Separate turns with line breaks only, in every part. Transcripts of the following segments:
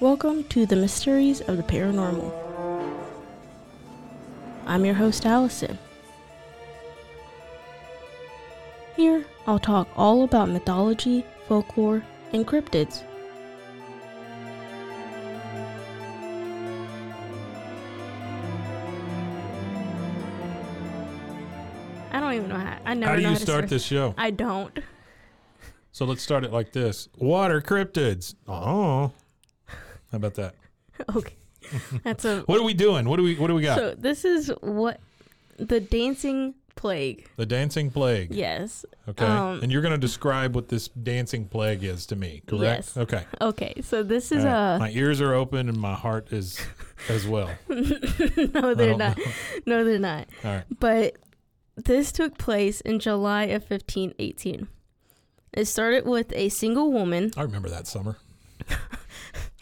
Welcome to the Mysteries of the Paranormal. I'm your host, Allison. Here, I'll talk all about mythology, folklore, and cryptids. I don't even know how. I never
How do
know
you
how to
start this show?
I don't.
So let's start it like this. Water cryptids. Oh. How about that?
Okay, that's a
What are we doing? What do we what do we got?
So this is what the dancing plague.
the dancing plague.
Yes.
Okay.
um,
and you're gonna describe what this dancing plague is to me, correct?
Yes.
Okay.
Okay. So this
All
is uh,
right.
a
My ears are open and my heart is as well.
no,
I
they're
don't
not.
know.
No, they're not.
All right.
But this took place in July of 1518. It started with a single woman.
I remember that summer.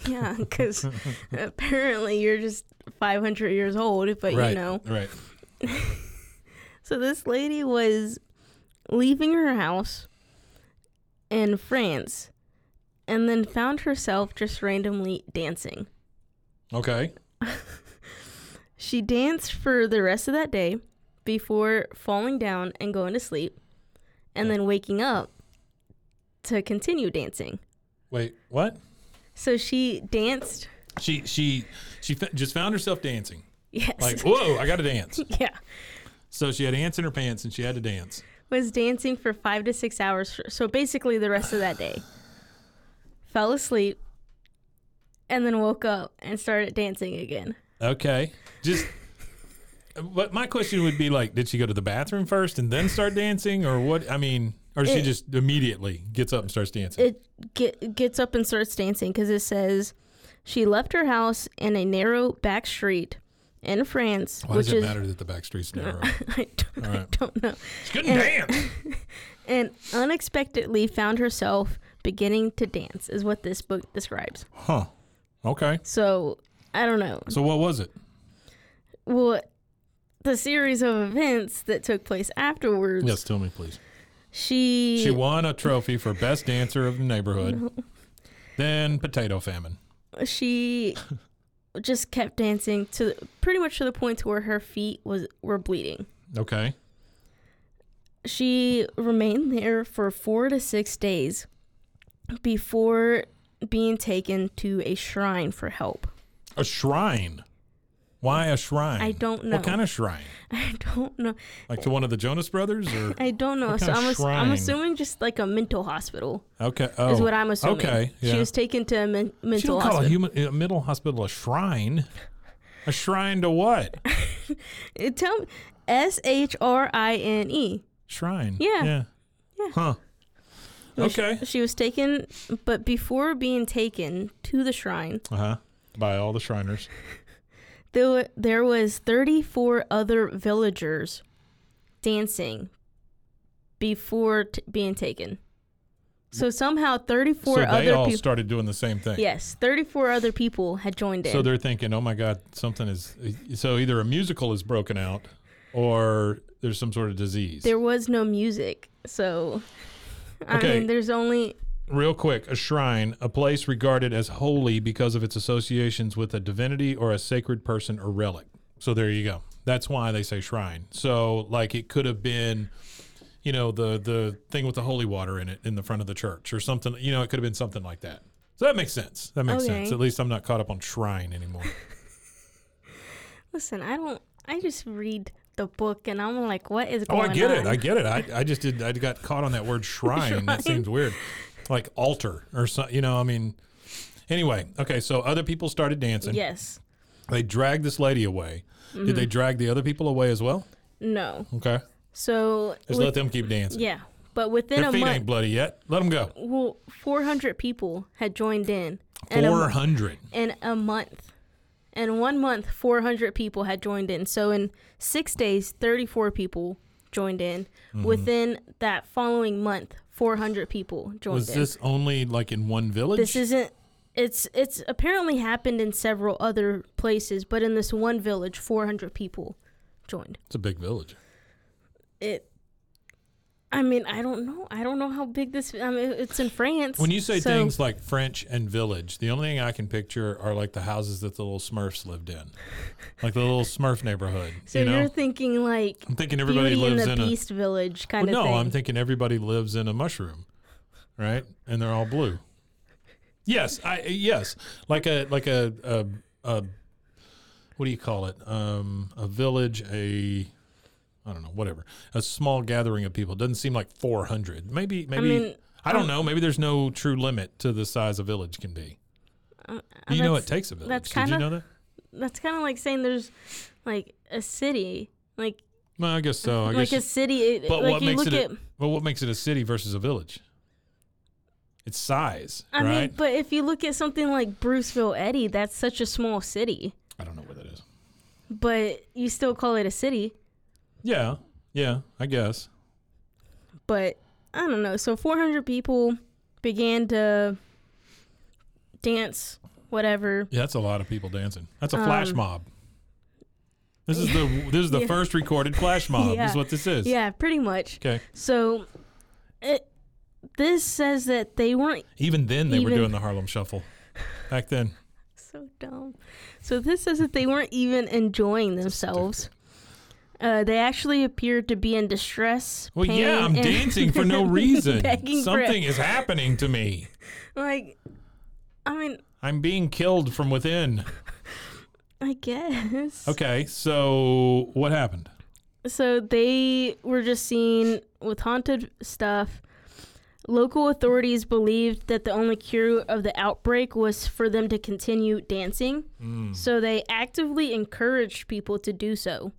Yeah, because apparently you're just 500 years old, but
right.
you know.
Right.
So this lady was leaving her house in France and then found herself just randomly dancing.
Okay.
She danced for the rest of that day before falling down and going to sleep and then waking up to continue dancing.
Wait, what?
So she danced.
She she she f- just found herself dancing.
Yes.
Like, whoa, I gotta dance.
yeah.
So she had ants in her pants and she had to dance.
Was dancing for five to six hours. For, so basically the rest of that day. Fell asleep and then woke up and started dancing again.
Okay. Just. But my question would be like, did she go to the bathroom first and then start dancing, or what? I mean, or she
It-
just immediately gets up and starts dancing?
It get, gets up and starts dancing because it says she left her house in a narrow back street in France,
Why
which
does it
is
matter that the back street's narrow?
I don't, I
Alright.
don't know.
she couldn't dance.
And unexpectedly found herself beginning to dance, is what this book describes.
Huh. Okay.
So, I don't know.
So what was it?
Well, the series of events that took place afterwards,
Yes, tell me, please.
she.
She won a trophy for best dancer of the neighborhood. Then potato famine.
she just kept dancing to pretty much to the point to where her feet was were bleeding.
Okay.
She remained there for four to six days before being taken to a shrine for help.
A shrine. Why a shrine?
I don't know.
What kind of shrine?
I don't know.
Like to one of the Jonas Brothers, or
I don't know.
What
So
kind of
I'm, ass- I'm
shrine?
assuming just like a mental hospital
okay? Oh,
is what I'm assuming.
Okay. Yeah.
She was taken to a men- mental
She don't call
hospital.
a human a mental hospital a shrine. A shrine to what?
It tell me S H R I N E.
Shrine.
Yeah.
Yeah. Huh. Okay.
She was taken, but before being taken to the shrine,
Uh huh. By all the Shriners.
there wa- there was 34 other villagers dancing before t- being taken. So somehow 34
so they
other
all
people.
started doing the same thing.
Yes, 34 other people had joined in.
So they're thinking, oh my God, something is. So either a musical is broken out, or there's some sort of disease.
there was no music, so I
Okay.
mean, there's only
Real quick, a shrine, a place regarded as holy because of its associations with a divinity or a sacred person or relic. So there you go. That's why they say shrine. So like it could have been, you know, the the thing with the holy water in it in the front of the church or something. You know, it could have been something like that. So that makes sense. That makes sense.
Okay.
At least I'm not caught up on shrine anymore.
listen. I don't. I just read the book, and I'm like, what is
Oh,
going on?
I get it. I get it. I, I just did. I got caught on that word shrine. That seems weird, like altar or something. You know, I mean. Anyway, okay. So other people started dancing.
yes. Mm-hmm.
They dragged this lady away. Did they drag the other people away as well?
No.
Okay.
So
Just
with-
let them keep dancing.
yeah, but within
Their
a
feet
month,
ain't bloody yet. Let them go.
well, 400 people had joined in. and a mo-
Four hundred.
in a month. In one month, 400 people had joined in. So in six days, 34 people joined in.
Mm-hmm.
Within that following month, 400 people joined
Was
in.
this only like in one village?
this isn't. It's it's apparently happened in several other places, but in this one village, 400 people joined.
it's a big village.
It. I mean, I don't know. I don't know how big this. I mean, it's in France.
When you say
so-
things like French and village, the only thing I can picture are like the houses that the little Smurfs lived in, like the little Smurf neighborhood.
so
you know,
you're thinking like
I'm thinking everybody
Beauty
lives
and the
in
Beast village
a.
kind
Well,
of
no,
thing.
I'm thinking everybody lives in a mushroom, right? And they're all blue. Yes, I yes, like a like a a, a what do you call it? Um, a village, a I don't know, whatever. A small gathering of people. doesn't seem like 400. Maybe maybe I,
mean,
don't know. Maybe there's no true limit to the size a village can be. you know, it
that's-
takes a village.
that's
Did you
kinda-
know that?
that's kind of like saying there's like a city like
Well, I guess so. I
like a
guess.
city it,
but
like
what
you
makes
look
it?
at
A, well, what makes it a city versus a village? It's size,
I
right?
mean but if you look at something like Bruceville Eddy that's such a small city
I don't know where that is.
but you still call it a city
Yeah, yeah, I guess.
but I don't know so 400 people began to dance whatever
Yeah, that's a lot of people dancing. That's a flash
Um,
mob. This is the this is the
Yeah.
first recorded flash mob.
Yeah.
Is what this is.
yeah pretty much
Okay.
so it this says that they weren't
Even then, they were
Even-
doing the Harlem Shuffle. Back then,
So dumb. So this says that they weren't even enjoying themselves. Uh, they actually appeared to be in distress.
well,
pain,
yeah, I'm
and
dancing for no reason.
begging for
Something is happening to me.
Like, I mean,
I'm being killed from within.
I guess.
Okay, so what happened?
So they were just seen with haunted stuff. Local authorities believed that the only cure of the outbreak was for them to continue dancing.
Hmm.
So they actively encouraged people to do so.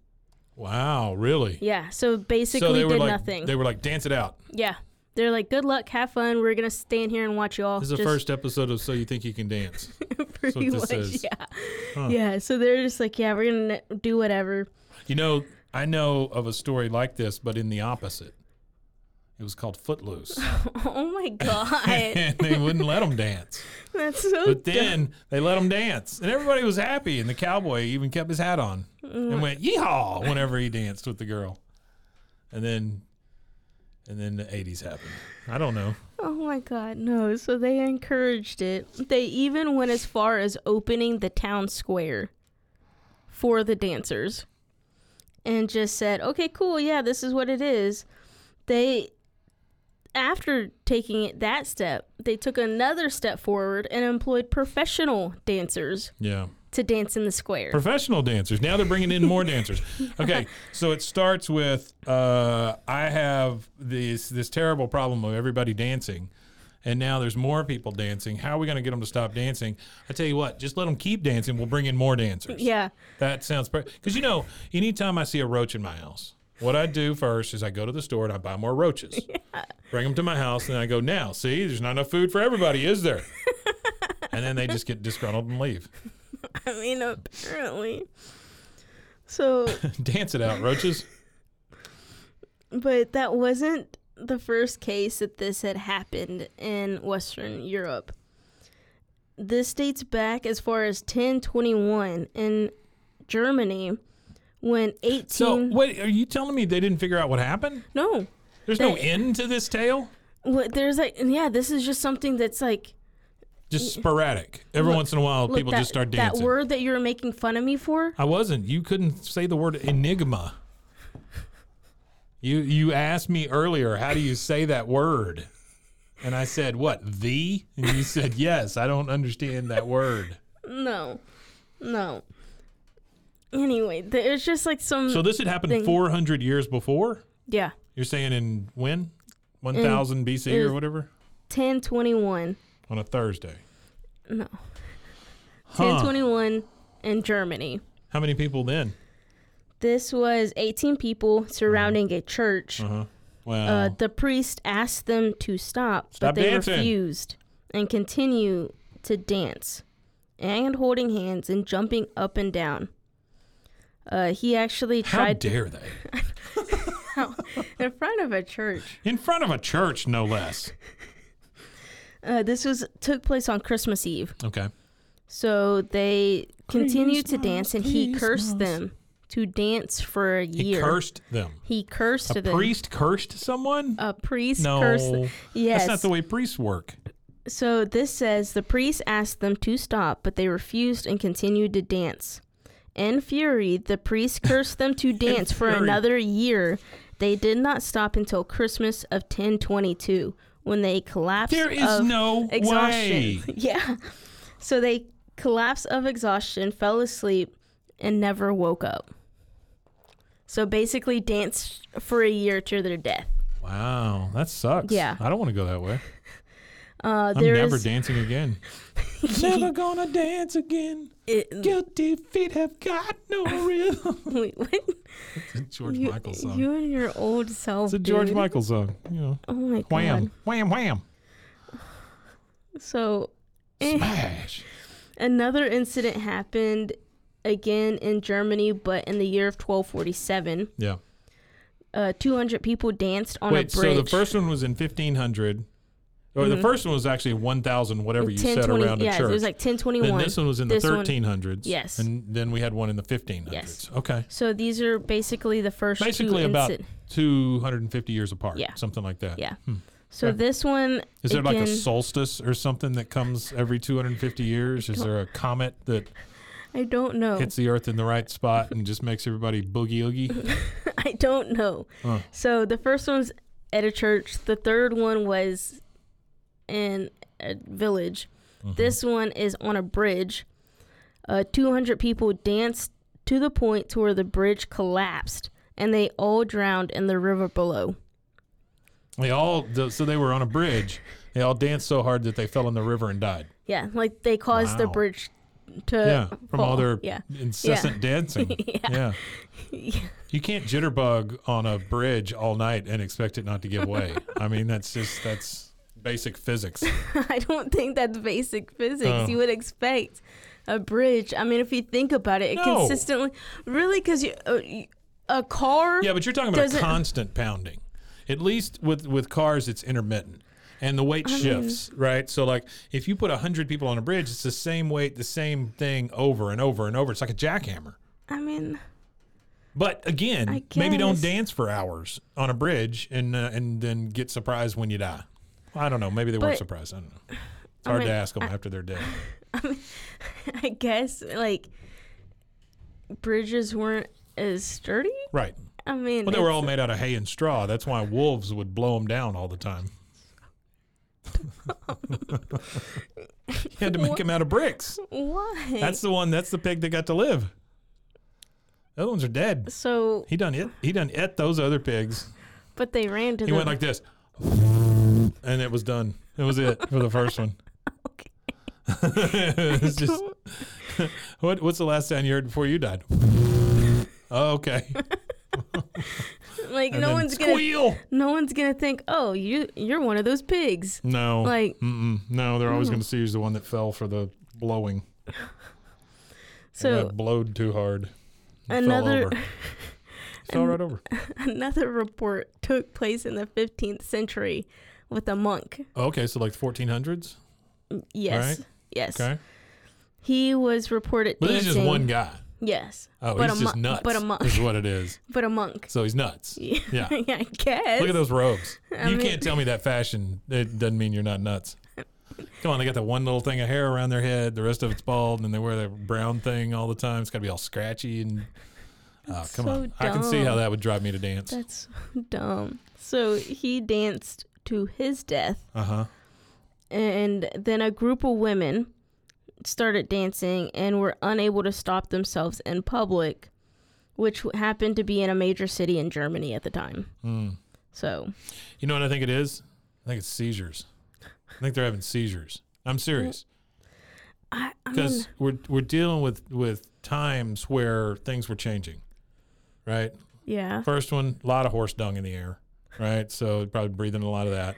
Wow, really?
Yeah. So basically,
so they were
did
like
nothing.
they were like dance it out.
Yeah. They're like, good luck, have fun. We're gonna stand here and watch y'all.
This is the first episode of So You Think You Can Dance.
pretty
this
much,
is.
yeah, yeah. So they're just like, yeah, we're gonna do whatever.
You know, I know of a story like this, but in the opposite. It was called Footloose,
Oh my god,
and they wouldn't let them dance.
that's so.
But then they let them dance, and everybody was happy. And the cowboy even kept his hat on and went yeehaw whenever he danced with the girl. And then, and then the '80s happened. I don't know.
oh my god, no. So they encouraged it. They even went as far as opening the town square for the dancers, and just said, okay, cool, yeah, this is what it is. They. After taking it that step, they took another step forward and employed professional dancers
Yeah.
to dance in the square.
professional dancers. Now they're bringing in more dancers. Okay, so it starts with uh, I have this this terrible problem of everybody dancing, and now there's more people dancing. How are we going to get them to stop dancing? I tell you what, just let them keep dancing. We'll bring in more dancers.
yeah.
That sounds perfect. Because you know, anytime I see a roach in my house, what I do first is I go to the store and I buy more roaches, bring them to my house, and I go, now, see, there's not enough food for everybody, is there? and then they just get disgruntled and leave.
I mean, apparently. So,
Dance it out, roaches.
but that wasn't the first case that this had happened in Western Europe. This dates back as far as 1021 in Germany when 18
So wait, are you telling me they didn't figure out what happened?
No.
There's no end to this tale.
What there's like yeah, this is just something that's like
Just sporadic. Every once in a while,
look,
people
that,
just start
that
dancing.
word that you're making fun of me for.
I wasn't. You couldn't say the word enigma. You you asked me earlier, how do you say that word? And I said, what the? And you said, yes. I don't understand that word.
No. No. Anyway, there's just like some
So this had happened 400 years before.
yeah.
You're saying in when? 1000 BC
it
or
was-
whatever
ten twenty one.
on a Thursday.
No.
Huh.
Ten twenty one in Germany.
How many people then?
This was 18 people surrounding a church. uh
Wow.
the priest asked them to stop,
Uh-huh. Stop
but they
dancing.
refused and continue to dance and holding hands and jumping up and down. Uh, he actually
How
tried
dare they?
in front of a church.
In front of a church, no less.
Uh, this was took place on Christmas Eve.
Okay.
So they continued to
Christmas,
dance, and he cursed
Christmas.
them to dance for a
He
year.
cursed them.
He cursed
A
them.
priest cursed someone?
A priest
no.
cursed. Them. Yes.
That's not the way priests work.
so this says the priest asked them to stop, but they refused and continued to dance. In fury, the priest cursed them to dance for
fury.
another year. They did not stop until Christmas of 1022 when they collapsed.
There is
of
no
exhaustion.
way.
yeah. So they collapsed of exhaustion, fell asleep, and never woke up. So basically, danced for a year to their death.
Wow. That sucks.
Yeah.
I don't want to go that way.
Uh,
I'm
there
never
is-
dancing again. never gonna dance again.
it-
Guilty feet have got no rhythm.
wait, what?
It's a George
You,
Michael song.
you and your old self.
it's a uh, George
dude.
Michael song. You know,
Oh my
wham,
god.
wham, wham,
So eh,
smash.
another incident happened again in Germany, but in the year of 1247.
Yeah.
Uh, 200 people danced on
Wait,
a bridge.
so the first one was in 1500, or the first one was actually 1000, whatever you said
1020
around a
yeah,
church.
it was like 1021.
then this one was in the
This one-
1300s.
Yes.
And then we had one in the 1500s.
Yes.
Okay.
So these are basically the first
Basically
two
about
inci-
250 years apart.
Yeah.
Something like that.
yeah. So this one
Hmm. Is there like
again,
a solstice or something that comes every 250 years? Is there a comet that
I don't know.
hits the earth in the right spot and just makes everybody boogie oogie?
I don't know.
Huh.
So the first one's at a church. The third one was in a village.
Mm-hmm.
This one is on a bridge. Uh, 200 people danced to the point to where the bridge collapsed, and they all drowned in the river below.
They all, th- so they were on a bridge. They all danced so hard that they fell in the river and died.
Yeah, like they caused the
Wow.
bridge to
Yeah. From all
Uh, fall.
their
yeah.
incessant dancing. yeah. You can't jitterbug on a bridge all night and expect it not to give way. I mean, that's just, that's basic physics.
I don't think that's basic physics.
Oh.
You would expect a bridge. I mean, if you think about it, it
No.
consistently, really, because you, uh, you- a car.
Yeah, but you're talking about
Does it-
constant pounding. At least with with cars, it's intermittent, and the weight shifts, right? So like if you put hundred people on a bridge, it's the same weight, the same thing over and over and over. It's like a jackhammer.
I mean,
But again,
I
maybe don't
guess.
dance for hours on a bridge and uh, and then get surprised when you die. I don't know. Maybe they weren't
But-
surprised. I don't know. It's
I
hard
mean,
to ask them after they're dead.
I guess like bridges weren't as sturdy.
Right.
I mean,
Well, they were
it's-
all made out of hay and straw. That's why wolves would blow them down all the time. you had to make them out of bricks.
why?
That's the one. That's the pig that got to live. The other ones are dead.
so,
He done it. He done it. Those other pigs.
but they ran to
He
the
went like this, and it was done. It was it for the first one. it was just what? What's the last sound you heard before you died? Oh, okay.
like
And
no
then
one's gonna
squeal.
no one's gonna think, oh, you you're one of those pigs.
No.
Like- mm.
Mm-mm. no, they're always going to see who's the one that fell for the blowing. They
So
got blowed too hard. and
another.
Fell, over. fell right over.
Another report took place in the 15th century with a monk.
Oh, Okay, so like 1400s.
Yes.
Right.
Yes.
Okay,
He was reported
but
dancing.
this is just one guy.
Yes.
Oh,
but
he's
a
just
mon-
nuts.
But a monk.
is what it is.
But a monk.
So he's nuts.
Yeah.
Yeah.
I guess.
Look at those robes. you
mean-
can't tell me that fashion. It doesn't mean you're not nuts. Come on, they got that one little thing of hair around their head. The rest of it's bald, and they wear that brown thing all the time. It's got to be all scratchy and. Oh, come
so
on! I can see how
dumb.
that would drive me to dance.
That's so dumb. So he danced to his death,
Uh huh.
and then a group of women started dancing and were unable to stop themselves in public, which w- happened to be in a major city in Germany at the time. So
Mm. You know what I think it is? I think it's seizures. I think they're having seizures. I'm serious
I, I mean,
because we're we're dealing with with times where things were changing, right?
Yeah.
First one, a lot of horse dung in the air, right? So probably breathing a lot of that.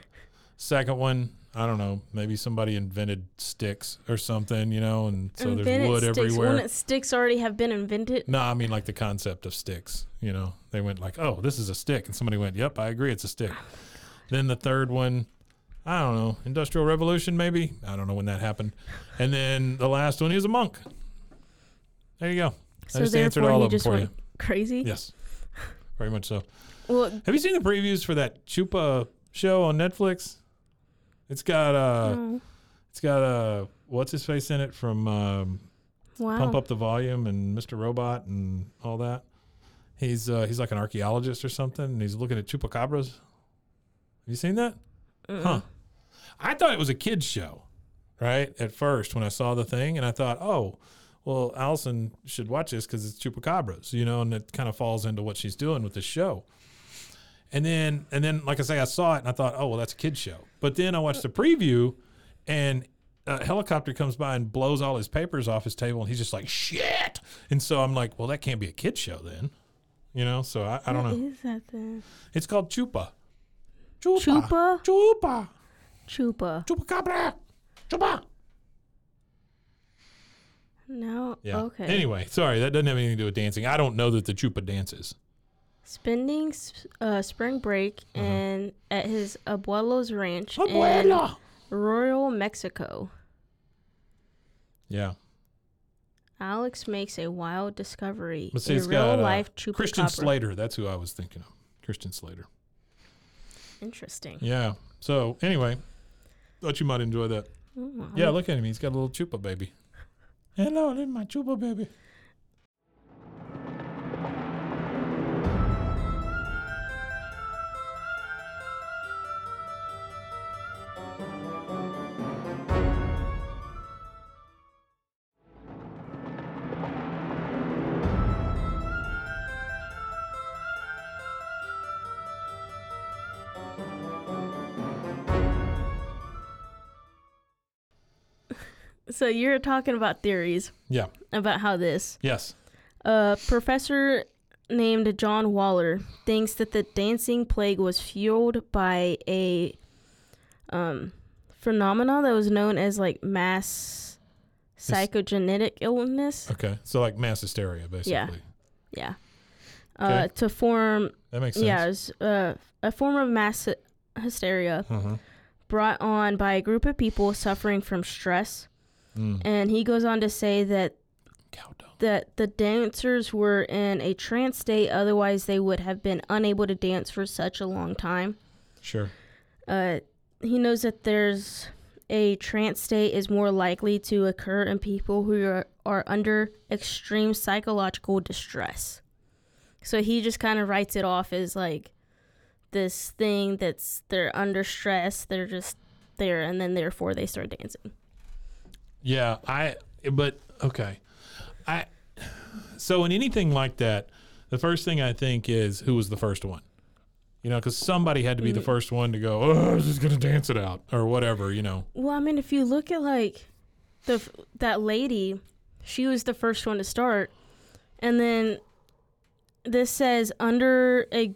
Second one, I don't know, maybe somebody invented sticks or something, you know, and so there's
Invented
wood
sticks.
everywhere.
Wouldn't sticks already have been invented?
No, I mean like the concept of sticks. You know, they went like, "Oh, this is a stick," and somebody went, "Yep, I agree, it's a stick." then the third one, I don't know, Industrial Revolution maybe. I don't know when that happened. And then the last one, he was a monk. There you go.
So
I just answered
therefore,
all
he
of them
just
for
went
you.
crazy.
Yes, very much so.
Well,
Have you seen the previews for that Chupa show on Netflix? It's got uh,
oh,
it's got uh, what's his face in it from um,
wow.
pump up the volume and Mr. Robot and all that. He's uh, he's like an archaeologist or something, and he's looking at chupacabras. Have you seen that?
Mm.
Huh. I thought it was a kids show, right? At first, when I saw the thing, and I thought, oh, well, Allison should watch this because it's chupacabras, you know, and it kind of falls into what she's doing with the show. And then, and then, like I say, I saw it and I thought, oh, well, that's a kids show. But then I watched the preview, and a helicopter comes by and blows all his papers off his table, and he's just like, shit. And so I'm like, well, that can't be a kids show then, you know. So I, I don't
What
know.
is that then?
It's called Chupa.
Chupa?
Chupa.
Chupa.
Chupacabra. Chupa.
No.
Yeah.
Okay.
Anyway, sorry, that doesn't have anything to do with dancing. I don't know that the Chupa dances.
Spending s- uh, spring break
Mm-hmm.
and at his abuelo's ranch
Abuela.
in rural Mexico.
Yeah.
Alex makes a wild discovery.
Let's see,
a
it's got uh,
real-life chupacabra.
Christian Slater. That's who I was thinking of. Christian Slater.
Interesting.
Yeah. So anyway, thought you might enjoy that.
Oh,
Yeah, look at him. He's got a little Chupa baby. Hello, little my Chupa baby.
So you're talking about theories
Yeah.
about how this
Yes.
A professor named John Waller thinks that the dancing plague was fueled by a um, phenomena that was known as like mass psychogenetic illness.
Okay. So like mass hysteria, basically.
Yeah. Uh,
Okay.
To form,
That makes sense.
yeah, it's, uh, a form of mass hy- hysteria
Uh-huh.
brought on by a group of people suffering from stress.
Mm.
And he goes on to say that
Cow dung.
that the dancers were in a trance state, otherwise, they would have been unable to dance for such a long time.
Sure.
Uh, he knows that there's a trance state is more likely to occur in people who are, are under extreme psychological distress. So he just kind of writes it off as like this thing that's they're under stress, they're just there, and then therefore they start dancing.
Yeah, I but okay. I so in anything like that, the first thing I think is who was the first one? You know, cuz somebody had to be the first one to go, "Oh, I'm just going to dance it out" or whatever, you know.
Well, I mean, if you look at like the f- that lady, she was the first one to start, and then this says under a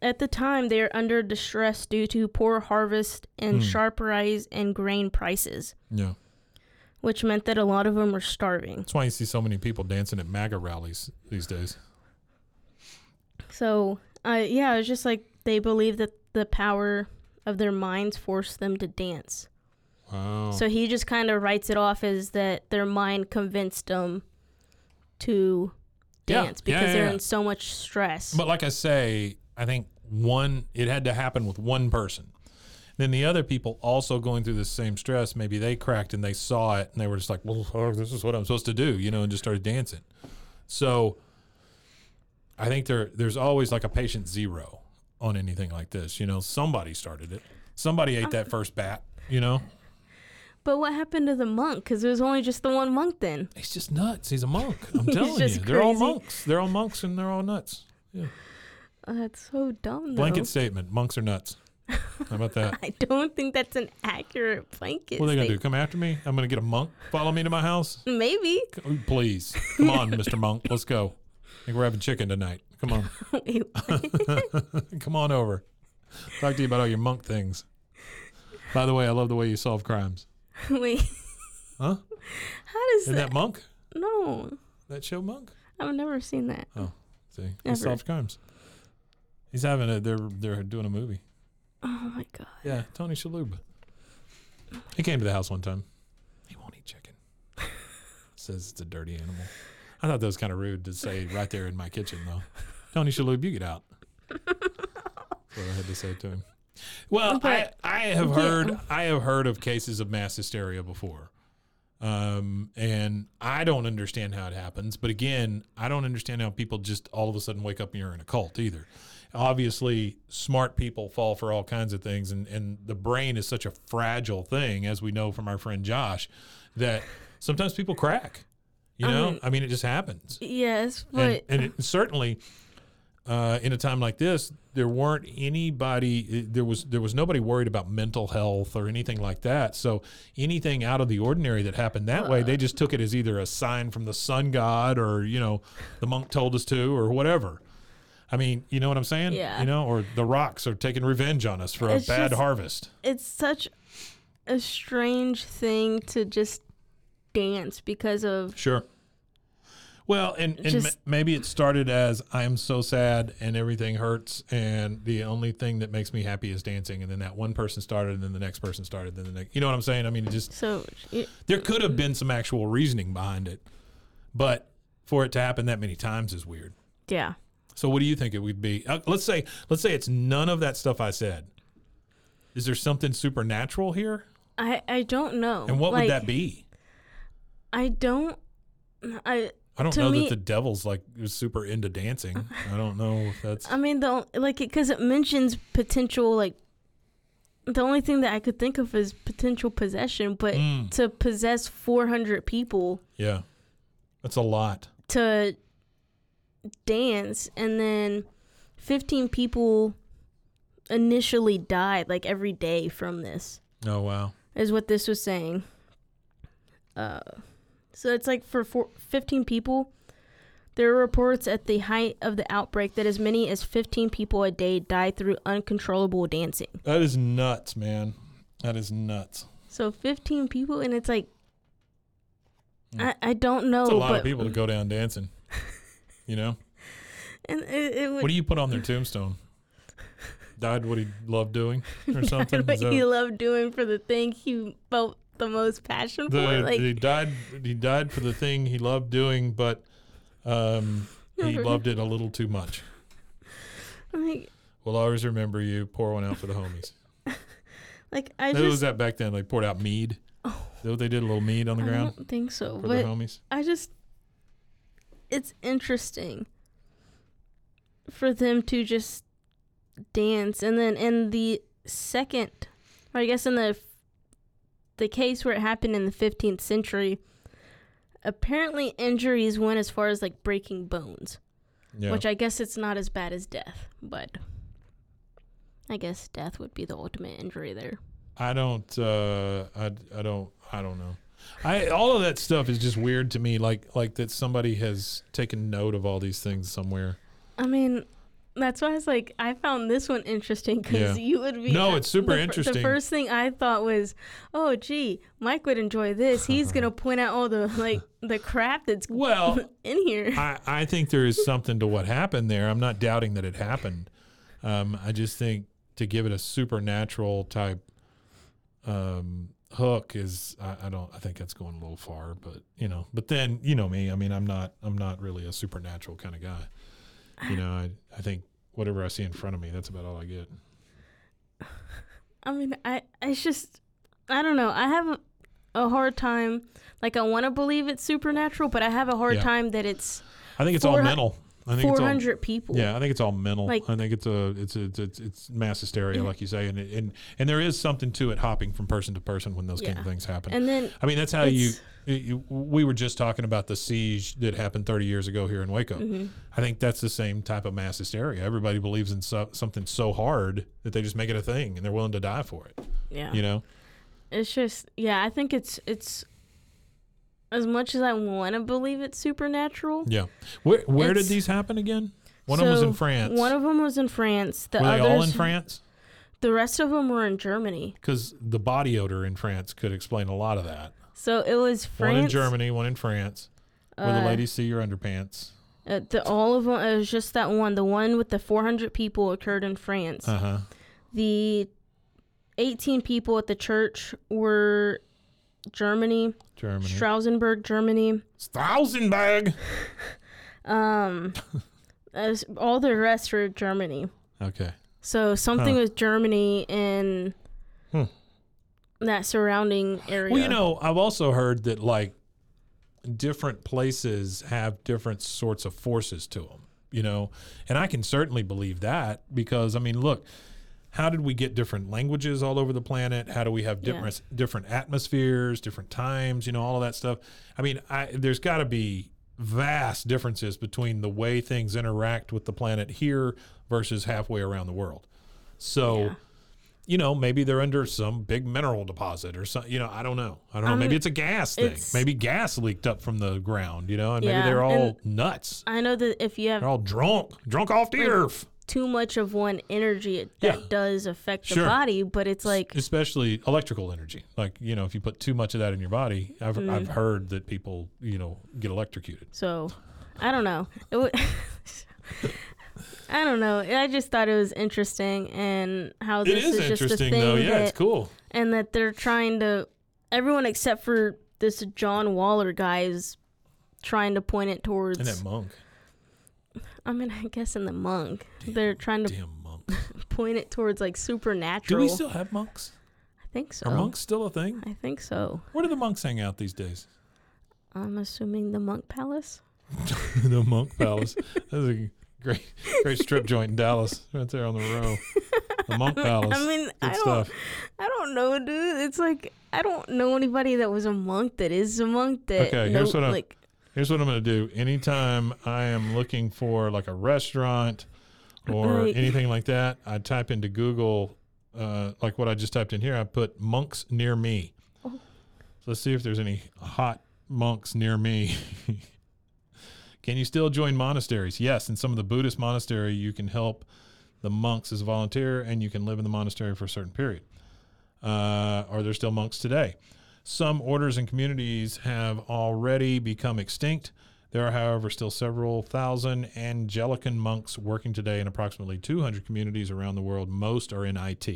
at the time they are under distress due to poor harvest and sharp rise in grain prices,
Yeah.
which meant that a lot of them were starving.
That's why you see so many people dancing at MAGA rallies these days.
So, uh, yeah, it's just like they believe that the power of their minds forced them to dance.
Wow.
So he just kind of writes it off as that their mind convinced them to
Yeah.
dance
Yeah,
because
yeah,
they're
yeah.
in so much stress.
But like I say, I think one it had to happen with one person. Then the other people also going through the same stress, maybe they cracked and they saw it and they were just like, "Well, oh, this is what I'm supposed to do," you know, and just started dancing. So I think there there's always like a patient zero on anything like this, you know. Somebody started it. Somebody ate that first bat, you know.
But what happened to the monk? Because there was only just the one monk then.
He's just nuts. He's a monk. I'm telling you.
just
They're all
crazy.
monks. They're all monks and they're all nuts. Yeah.
Oh, that's so dumb. Though.
Blanket statement, monks are nuts. How about that?
I don't think that's an accurate blanket.
What are they gonna do?
statement.
Come after me? I'm gonna get a monk. Follow me to my house,
Maybe.
C- please. Come on, Mr. Monk. Let's go. I think we're having chicken tonight. Come on.
Wait,
Come on over. Talk to you about all your monk things. By the way, I love the way you solve crimes.
wait.
Huh?
How does
Isn't
that?
that Monk?
No,
That show Monk?
I've never seen that.
See, he
Never.
solves crimes. He's having a they're they're doing a movie.
Oh my god.
Yeah, Tony Shalhoub. He came to the house one time. He won't eat chicken. Says it's a dirty animal. I thought that was kind of rude to say right there in my kitchen, though. Tony Shalhoub, you get out. That's what I had to say to him. Well,
But-
I, I have
Yeah.
heard I have heard of cases of mass hysteria before, um, and I don't understand how it happens. But again, I don't understand how people just all of a sudden wake up and you're in a cult either. Obviously, smart people fall for all kinds of things, and and the brain is such a fragile thing, as we know from our friend Josh, that sometimes people crack. You know,
mean-
I mean, it just happens
Yes,
and,
but
and it, certainly uh, in a time like this there weren't anybody there was there was nobody worried about mental health or anything like that so anything out of the ordinary that happened that way they just took it as either a sign from the sun god or you know the monk told us to or whatever i mean you know what i'm saying
Yeah.
you know or the rocks are taking revenge on us for
It's
a bad
just-
harvest
it's such a strange thing to just dance because of
Sure. Well, and, and
Just-
ma- maybe it started as I'm so sad and everything hurts, and the only thing that makes me happy is dancing. And then that one person started, and then the next person started, then the next. You know what I'm saying? I mean, it just
so it,
there could have been some actual reasoning behind it, but for it to happen that many times is weird.
yeah.
So, what do you think it would be? Uh, let's say let's say it's none of that stuff I said. Is there something supernatural here,
I I don't know.
and what
Like,
would that be?
I don't. I
I don't
to
know
me-
that the devil's like super into dancing. I don't know if that's
I mean the on- like because it mentions potential like the only thing that I could think of is potential possession, but
Mm.
to possess 400 people
Yeah. That's a lot.
to dance and then 15 people initially died like every day from this
Oh, wow.
is what this was saying. Uh, so it's like for four, 15 people, there were reports at the height of the outbreak that as many as 15 people a day died through uncontrollable dancing.
That is nuts, man. That is nuts.
So 15 people, and it's like, I, I don't know,
That's a lot
Oh, but
of people to go down dancing. You know?
and it, it would,
What do you put on their tombstone? Died what he loved doing or something?
what
Is that-
he loved doing for the thing he felt the most passion for.
the-
like,
he died he died for the thing he loved doing, but um, he
Never.
loved it a little too much.
like,
We'll always remember you. Pour one out for the homies.
like I
That
just Oh.
was that back then. They poured out mead. Is that what they did? A little mead on the
I
ground
don't think so,
for
but
the homies.
I just it's interesting for them to just dance and then in the second or I guess in the the case where it happened in the 15th century apparently injuries went as far as like breaking bones
Yeah.
which I guess it's not as bad as death but I guess death would be the ultimate injury there
I don't. Uh, I I don't. I don't know. I all of that stuff is just weird to me. Like like that somebody has taken note of all these things somewhere.
I mean, that's why I was like, I found this one interesting
Yeah.
because you would be.
No, it's super
the fir-
interesting.
The first thing I thought was, oh, gee, Mike would enjoy this. He's gonna point out all the like the crap that's
Well,
in here.
I I think there is something to what happened there. I'm not doubting that it happened. Um, I just think to give it a supernatural type um, hook is I, I don't. I think that's going a little far. But you know. But then you know me. I mean, I'm not. I'm not really a supernatural kind of guy. You know. I I think whatever I see in front of me, that's about all I get.
I mean, I it's just, I don't know. I have a, a hard time. Like, I want to believe it's supernatural, but I have a hard
Yeah.
time that it's
I think it's all
Four-
mental. I think
four
it's all,
hundred people.
yeah, I think it's all mental.
Like-
I think it's a it's it's it's, it's mass hysteria, like you say, and it, and and there is something to it, hopping from person to person when those kind of
Yeah.
things happen.
And then
I mean, that's how you,
it's-
you. We were just talking about the siege that happened 30 years ago here in Waco.
Mm-hmm.
I think that's the same type of mass hysteria. Everybody believes in so, something so hard that they just make it a thing and they're willing to die for it.
yeah.
You know,
it's just yeah i think it's it's as much as i want to believe it's supernatural
yeah. Where where did
It's-
these happen again? One of them was in
So,
France.
One of them was in France. The
were they
others,
all in France?
the rest of them were in Germany.
Because the body odor in France could explain a lot of that.
So it was France.
One in Germany, one in France, where the
Uh,
ladies see your underpants.
Uh, the, all of them. It was just that one. The one with the 400 people occurred in France.
Uh huh.
the 18 people at the church were Germany,
Germany.
Strausenberg, Germany.
Strausenberg.
Um, as all the rest were Germany.
Okay.
So something
Huh.
with Germany and
Hmm.
that surrounding area.
Well, you know, I've also heard that like different places have different sorts of forces to them, you know, and I can certainly believe that because I mean, look, how did we get different languages all over the planet? How do we have
Yeah.
different different atmospheres, different times, you know, all of that stuff? I mean, I there's got to be vast differences between the way things interact with the planet here versus halfway around the world. So,
Yeah.
you know, maybe they're under some big mineral deposit or something. You know, I don't know. I don't know.
Um,
maybe it's a gas thing.
it's-
Maybe gas leaked up from the ground, you know, and maybe
Yeah,
they're all nuts.
I know that if you have
They're all drunk, drunk off the earth.
too much of one energy, it, that
Yeah.
does affect the
Sure.
body, but it's like,
Especially electrical energy. Like, you know, if you put too much of that in your body, I've,
Mm-hmm.
I've heard that people, you know, get electrocuted.
so I don't know. It wa I don't know. I just thought it was interesting and how
It
this
is,
just a
interesting,
thing
though.
that,
Yeah, it's cool.
and that they're trying to everyone except for this John Waller guy is trying to point it towards.
And that monk.
I mean, I guess in the monk, they're trying to
Damn monk.
point it towards like
Do
supernatural.
we still have monks?
I think so.
Are monks still a thing?
I think so.
Where do the monks hang out these days?
I'm assuming the monk palace.
the Monk Palace. That's a great, great strip joint in Dallas, right there on the row. The Monk Palace.
I mean, I
Good
don't,
stuff.
I don't know, dude. It's like I don't know anybody that was a monk that is a monk that.
Okay, here's
know-
what I'm-
like.
Here's what I'm going to do. Anytime I am looking for like a restaurant or
Right.
anything like that, I type into Google, uh, like what I just typed in here. I put monks near me. So let's see if there's any hot monks near me. can you still join monasteries? Yes, in some of the Buddhist monastery, you can help the monks as a volunteer, and you can live in the monastery for a certain period. Uh, are there still monks today? Some orders and communities have already become extinct. There are, however, still several thousand Anglican monks working today in approximately 200 communities around the world. Most are in IT.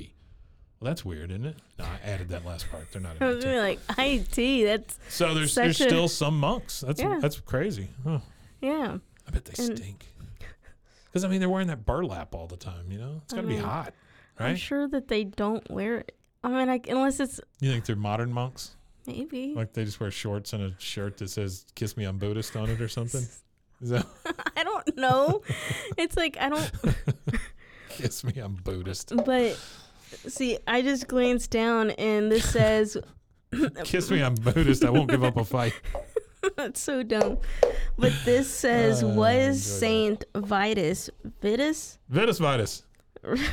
Well, that's weird, isn't it? No, I added that last part. They're not
I
in
was
IT.
gonna be like, IT. That's
So there's there's
such a-
still some monks. That's
Yeah.
that's crazy. Huh.
yeah.
I bet they
And-
stink. Because I mean, they're wearing that burlap all the time. You know, it's got to be
mean,
hot,
I'm
right?
sure that they don't wear it. I mean, like, unless it's
You think they're modern monks?
maybe.
Like they just wear shorts and a shirt that says "Kiss me, I'm Buddhist" on it or something. Is that
I don't know. it's like I don't.
"Kiss me, I'm Buddhist"?
But see, I just glanced down, and this says
"Kiss me, I'm Buddhist." I won't give up a fight.
that's so dumb. But this says
Uh, I
was
enjoy that.
Saint Vitus Vitus
Vitus Vitus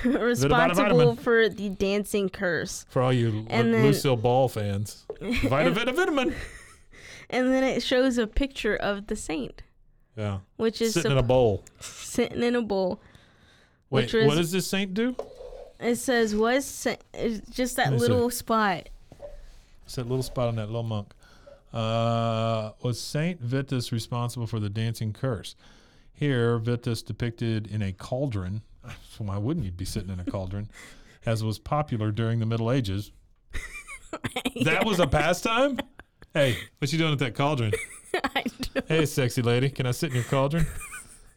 responsible for the dancing curse?
for all you Lu-
And then-
Lucille Ball fans. Vita Vita Vitamin.
And then it shows a picture of the saint,
Yeah,
which is
sitting
sup-
in a bowl.
sitting in a bowl.
Wait,
which was-
what does this saint do?
It says was sa- it's just that
Let me see.
little spot.
It's that little spot on that little monk. Uh, was Saint Vitus responsible for the dancing curse? Here, Vitus depicted in a cauldron. So why wouldn't you be sitting in a cauldron? As was popular during the Middle Ages. That was a pastime. Hey, what you doing at that cauldron?
I don't-
Hey, sexy lady, can I sit in your cauldron?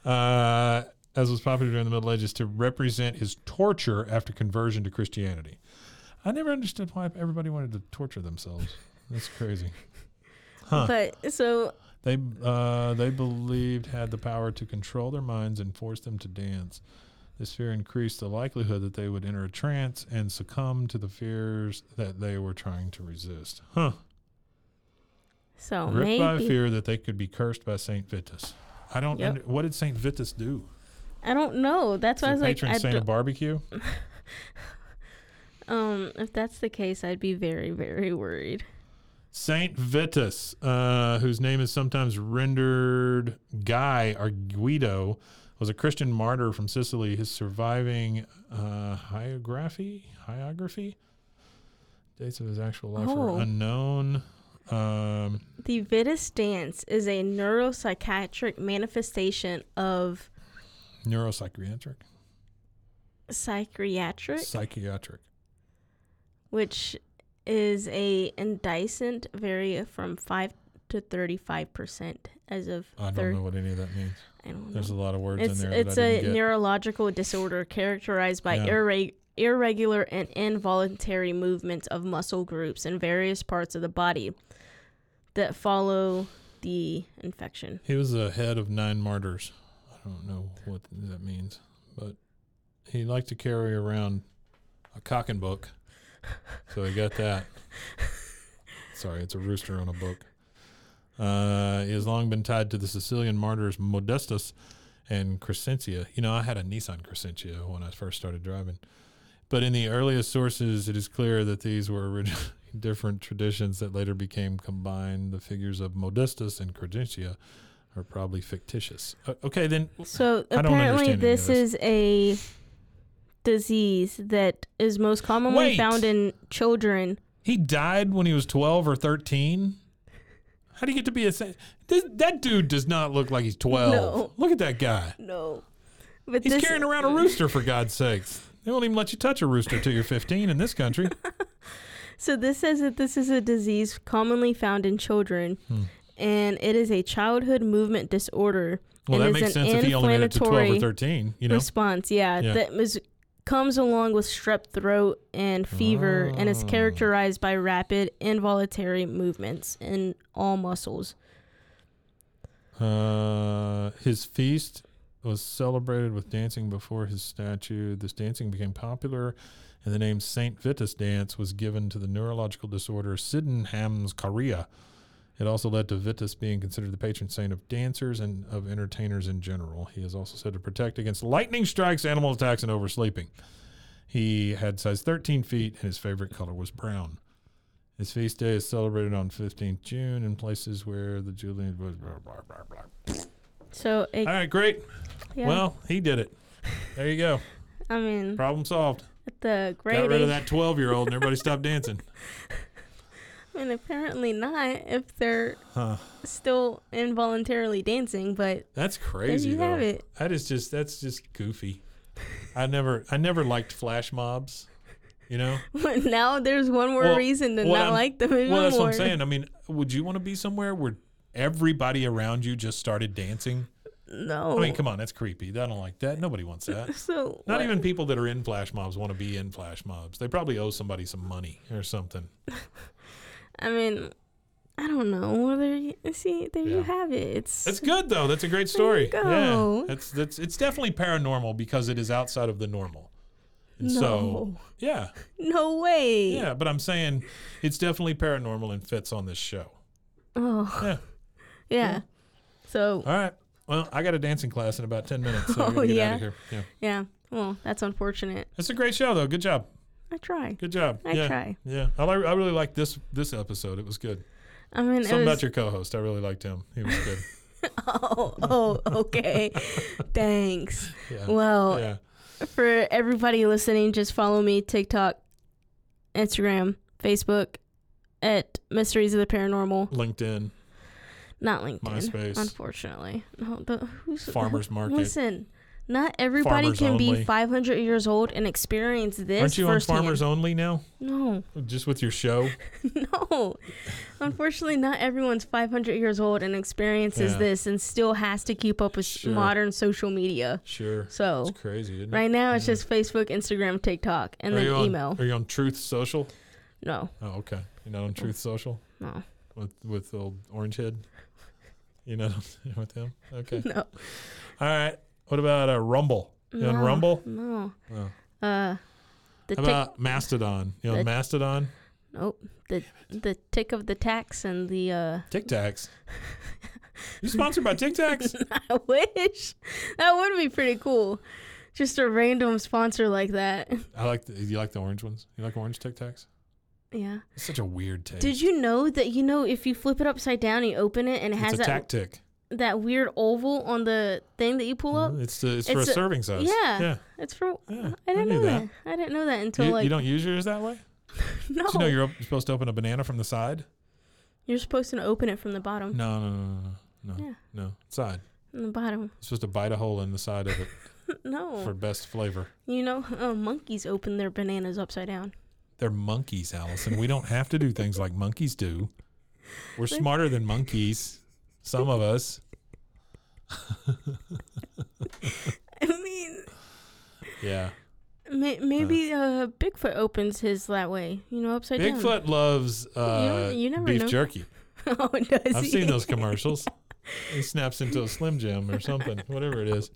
Uh, as was popular during the Middle Ages to represent his torture after conversion to Christianity. I never understood why everybody wanted to torture themselves. That's crazy. Huh.
But so
They uh, they believed had the power to control their minds and force them to dance. This fear increased the likelihood that they would enter a trance and succumb to the fears that they were trying to resist. Huh.
so
Gripped by
Oh, maybe
fear that they could be cursed by Saint Vitus. I don't.
Yep.
under- what did Saint Vitus do?
I don't know. That's why I
the
was like,
patron
I
saint
don't-
of barbecue.
Um, if that's the case, I'd be very, very worried.
Saint Vitus, uh, whose name is sometimes rendered Guy or Guido, was a Christian martyr from Sicily. His surviving uh, hyography, hyography, dates of his actual life
Oh.
are unknown. Um,
The Vitus dance is a neuropsychiatric manifestation of
neuropsychiatric,
psychiatric,
psychiatric.
which is a indicent vary from five to thirty-five percent as of
I don't
third.
know what any of that means.
I don't know.
There's a lot of words
It's
in there.
it's
that I
a
didn't get.
neurological disorder characterized by
Yeah.
irre- irregular and involuntary movements of muscle groups in various parts of the body that follow the infection.
He was the head of nine martyrs. I don't know what that means, but he liked to carry around a cock and book. So he got that. Sorry, it's a rooster on a book. Uh, he has long been tied to the Sicilian martyrs Modestus and Crescentia. You know, I had a Nissan Crescentia when I first started driving. But in the earliest sources, it is clear that these were originally different traditions that later became combined. The figures of Modestus and Crescentia are probably fictitious. Uh, okay, then
So
I don't
apparently,
understand any of
this
this.
is a disease that is most commonly
Wait.
found in children.
he died when he was 12 or 13. How do you get to be a saint? This, that dude does not look like he's 12.
No.
Look at that guy.
No, but
He's
this
carrying around a rooster, for God's sakes. They won't even let you touch a rooster till you're 15 in this country.
So this says that this is a disease commonly found in children,
Hmm.
and it is a childhood movement disorder.
Well,
and
that makes
is an
sense if he only did it to 12 or
inflammatory
13, you know?
response. Yeah,
Yeah.
that was comes along with strep throat and fever, and is
Oh.
characterized by rapid, involuntary movements in all muscles.
Uh, his feast was celebrated with dancing before his statue. This dancing became popular, and the name Saint Vitus dance was given to the neurological disorder Sydenham's chorea. It also led to Vitus being considered the patron saint of dancers and of entertainers in general. He is also said to protect against lightning strikes, animal attacks, and oversleeping. He had size 13 feet, and his favorite color was brown. His feast day is celebrated on 15th June in places where the Julian. Blah, blah, blah, blah, blah.
So it,
All right, great.
yeah,
Uh, Well, he did it. There you go.
I mean,
Problem solved.
at the great
Got rid
age,
of that 12 year old and everybody stopped dancing.
I mean, apparently not if they're
Huh.
still involuntarily dancing, but
That's crazy.
you
though.
have it.
That is just that's just goofy. I never I never liked flash mobs. You know?
now there's one more
Well,
reason to
what
not
I'm-
like them even
Well, that's
more.
what I'm saying. I mean, would you want to be somewhere where everybody around you just started dancing?
No.
I mean, come on, that's creepy. I don't like that. Nobody wants that.
so Oh.
Not
what-
even people that are in flash mobs want to be in flash mobs. They probably owe somebody some money or something.
I mean, I don't know. Well, there you see, there you
Yeah.
have it. It's
That's good though. That's a great
There you
story.
go.
Yeah, that's that's it's definitely paranormal because it is outside of the normal. And
no,
so yeah,
no way.
yeah. But I'm saying it's definitely paranormal and fits on this show.
Oh,
Yeah.
yeah. So
All right. Well, I got a dancing class in about ten minutes, so I
Oh,
gotta get out
yeah.
of here. Yeah,
yeah. Well, that's unfortunate.
it's a great show though. Good job.
I try.
Good job.
I
yeah.
try.
Yeah, I, li- I really liked this this episode. It was good.
I mean,
Something
it was,
about your co-host. I really liked him. He was good.
oh, oh, okay. Thanks.
Yeah.
Well,
yeah.
for everybody listening, just follow me TikTok, Instagram, Facebook, at Mysteries of the Paranormal.
LinkedIn,
Not LinkedIn,
MySpace.
unfortunately. No, the, who's
farmers market.
Listen, not everybody
Farmers
can be
only.
500 years old and experience this.
Aren't you on
firsthand.
Farmers Only now?
No,
Just with your show.
no. Unfortunately, not everyone's 500 years old and experiences
Yeah.
this and still has to keep up with s-
Sure.
modern social media.
Sure.
So
It's crazy, isn't it?
right now, it's just Facebook, Instagram, TikTok, and then
you on,
email.
Are you on Truth Social?
No,
Oh, okay. You're not on Truth Social
no,
with with old Orange Head. You're not on- with him. Okay.
no,
All right. What about uh, Rumble? You on
No.
Rumble?
no.
Oh.
Uh, the
How
tick.
about Mastodon? You on
The-
Mastodon?
nope. The the tick of the tax and the uh.
Tic Tacs. you sponsored by Tic Tacs?
I wish. That would be pretty cool. Just a random sponsor like that.
I like. The, you like the orange ones? You like orange Tic Tacs?
Yeah.
It's such a weird taste.
Did you know that you know if you flip it upside down, you open it and it
It's
has
a
that
tactic.
that weird oval on the thing that you pull up.
It's, uh, it's for
It's
a,
a-
serving size.
yeah,
Yeah.
it's for.
Yeah,
I didn't
knew
know that. I didn't know that until
you,
like
you don't use yours that way?
no.
Do you know you're op- supposed to open a banana from the side?
You're supposed to open it from the bottom.
No, no, no, no, no, no.
Yeah.
no. Side.
From the bottom.
It's supposed to bite a hole in the side of it
no.
for best flavor.
You know, uh, monkeys open their bananas upside down.
They're monkeys, Allison. We don't have to do things like monkeys do. We're smarter than monkeys. Some of us.
I mean,
Yeah.
may- maybe uh, Bigfoot opens his that way. You know, upside down.
Bigfoot loves uh,
you never
beef
know.
jerky.
oh, does
I've
he?
seen those commercials. he snaps into a Slim Jim or something, whatever it is.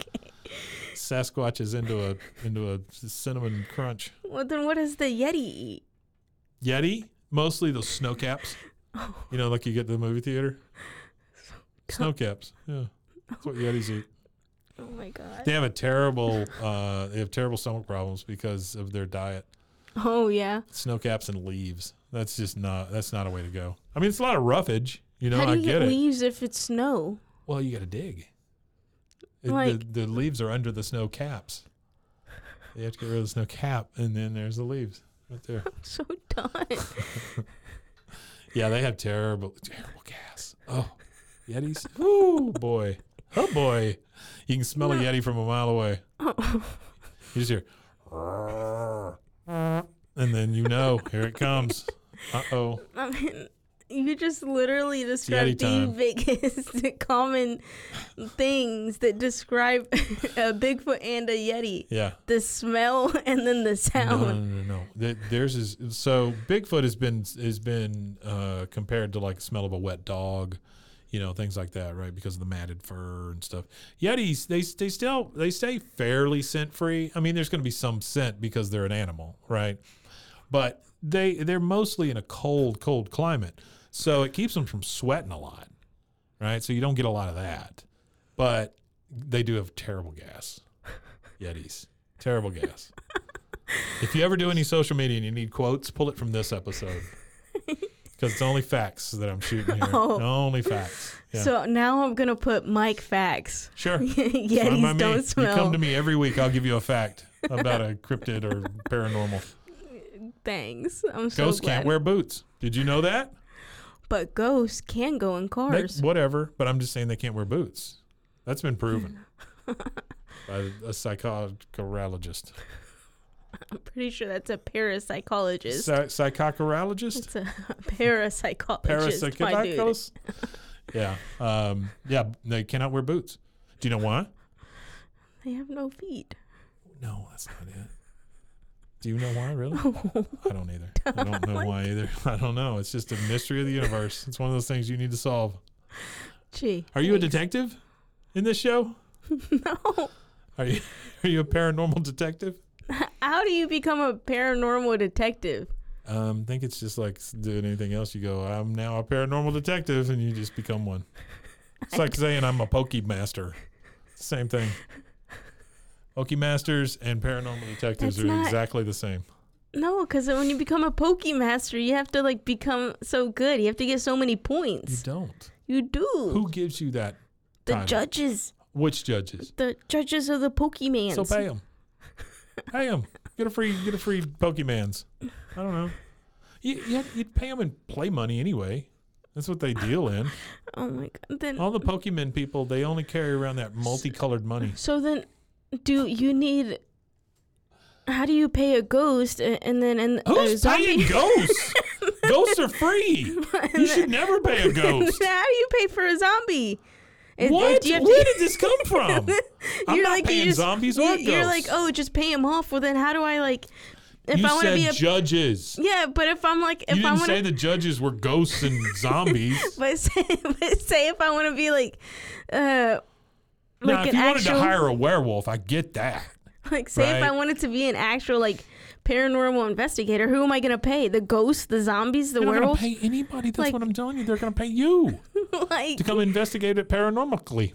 Sasquatch is into a into a cinnamon crunch.
Well, then what does the Yeti eat?
Yeti, mostly those snow caps. You know, like you get to the movie theater. Snow caps. Yeah. That's what Yetis eat.
Oh my god.
They have a terrible uh, they have terrible stomach problems because of their diet.
Oh yeah.
Snow caps and leaves. That's just not that's not a way to go. I mean it's a lot of roughage. You know,
How do
I
you
get
get
it.
leaves if it's snow?
Well, you got to dig. It-
Like-
the, the leaves are under the snow caps. You have to get rid of the snow cap, and then there's the leaves right there.
I'm so done.
Yeah, they have terrible, terrible gas. Oh, Yetis. Ooh, boy. Oh, boy. You can smell a
No.
Yeti from a mile away.
oh.
You just hear, and then you know, here it comes. Uh oh.
I mean, you just literally
Yeti
described the
time.
biggest common things that describe a Bigfoot and a Yeti.
Yeah.
The smell and then the
No,
sound.
no, no, no. Th- Theirs is so Bigfoot has been has been uh, compared to like the smell of a wet dog, you know, things like that, right? Because of the matted fur and stuff. Yetis, they they still they stay fairly scent free. I mean, there's going to be some scent because they're an animal, right? But they they're mostly in a cold cold climate, so it keeps them from sweating a lot, right? So you don't get a lot of that, but they do have terrible gas. Yetis, terrible gas. If you ever do any social media and you need quotes, pull it from this episode. Because it's only facts that I'm shooting here.
Oh.
Only facts. Yeah.
So now I'm gonna put Mike facts.
sure. Fine by
Yetis don't
me. You come
smell.
to me every week, I'll give you a fact about a cryptid or paranormal.
Thanks. I'm so
Ghosts
glad.
can't wear boots. Did you know that?
but ghosts can go in
They-
cars.
whatever. But I'm just saying they can't wear boots. That's been proven by a psychocorologist.
I'm pretty sure that's a parapsychologist.
Psy- psychocorologist?
it's a parapsychologist. my dude.
Parapsychos. Yeah. Um, yeah. They cannot wear boots. Do you know why?
They have no feet.
No, that's not it. Do you know why, really? I don't either. I don't know why either. I don't know. It's just a mystery of the universe. It's one of those things you need to solve.
Gee.
Are you a detective in this show?
no.
Are you are you a paranormal detective?
How do you become a paranormal detective?
Um, I think it's just like s- doing anything else. You go, I'm now a paranormal detective, and you just become one. It's like saying I'm a Pokemaster. Same thing. Pokemasters and paranormal detectives
That's
are
not-
exactly the same.
No, because when you become a Pokemaster, you have to like become so good. You have to get so many
You
points.
don't.
You do.
Who gives you that?
the
title?
judges,
Which judges?
the judges of the Pokemans.
So pay them. pay them. Get a free. Get a free Pokemans. I don't know. You, you, you'd pay them in play money anyway. That's what they deal in.
oh my god. Then
All the Pokemon people, they only carry around that multicolored money.
so then, do you need? How do you pay a ghost a- and then and a
Who's
zombie?
paying ghosts? ghosts are free. You should never pay a ghost.
how do you pay for a zombie? If- if
What?
you have to-
Where did this come from? I'm
you're
not
like you
paying
just-
zombies or
you- You're like,
ghosts.
oh, just pay him off. Well, then how do I like? If
you
I want to
said
be a
judges.
yeah, but if I'm like, if
you
I
didn't
want
say
to,
the judges were ghosts and zombies.
but say, but say if I want to be like, uh,
now,
like
if
an
you wanted
actual,
to hire a werewolf, I get that.
like say if I
right.
wanted to be an actual like paranormal investigator, who am I gonna pay? The ghosts, the zombies, the
They're not going
werewolves?
to pay anybody. That's
Like-
what I'm telling you. They're going to pay you
like,
to come investigate it paranormally.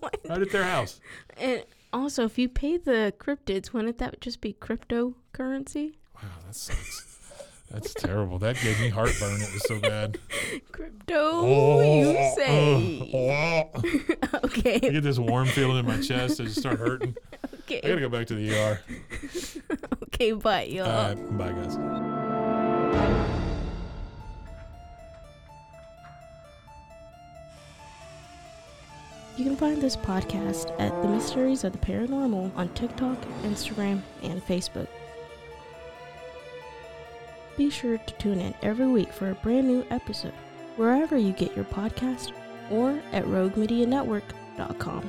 right at their house.
and also if you pay the cryptids, wouldn't that just be cryptocurrency?
Wow, that sucks. That's terrible. That gave me heartburn. It was so bad.
Crypto,
Oh,
you say.
oh, oh. I
Okay,
get this warm feeling in my chest. I just start hurting. I gotta
okay,
go back to the ER.
okay, bye, y'all.
All right, bye guys.
You can find this podcast at The Mysteries of the Paranormal on TikTok, Instagram, and Facebook. Be sure to tune in every week for a brand new episode, wherever you get your podcast or at roguemedianetwork.com.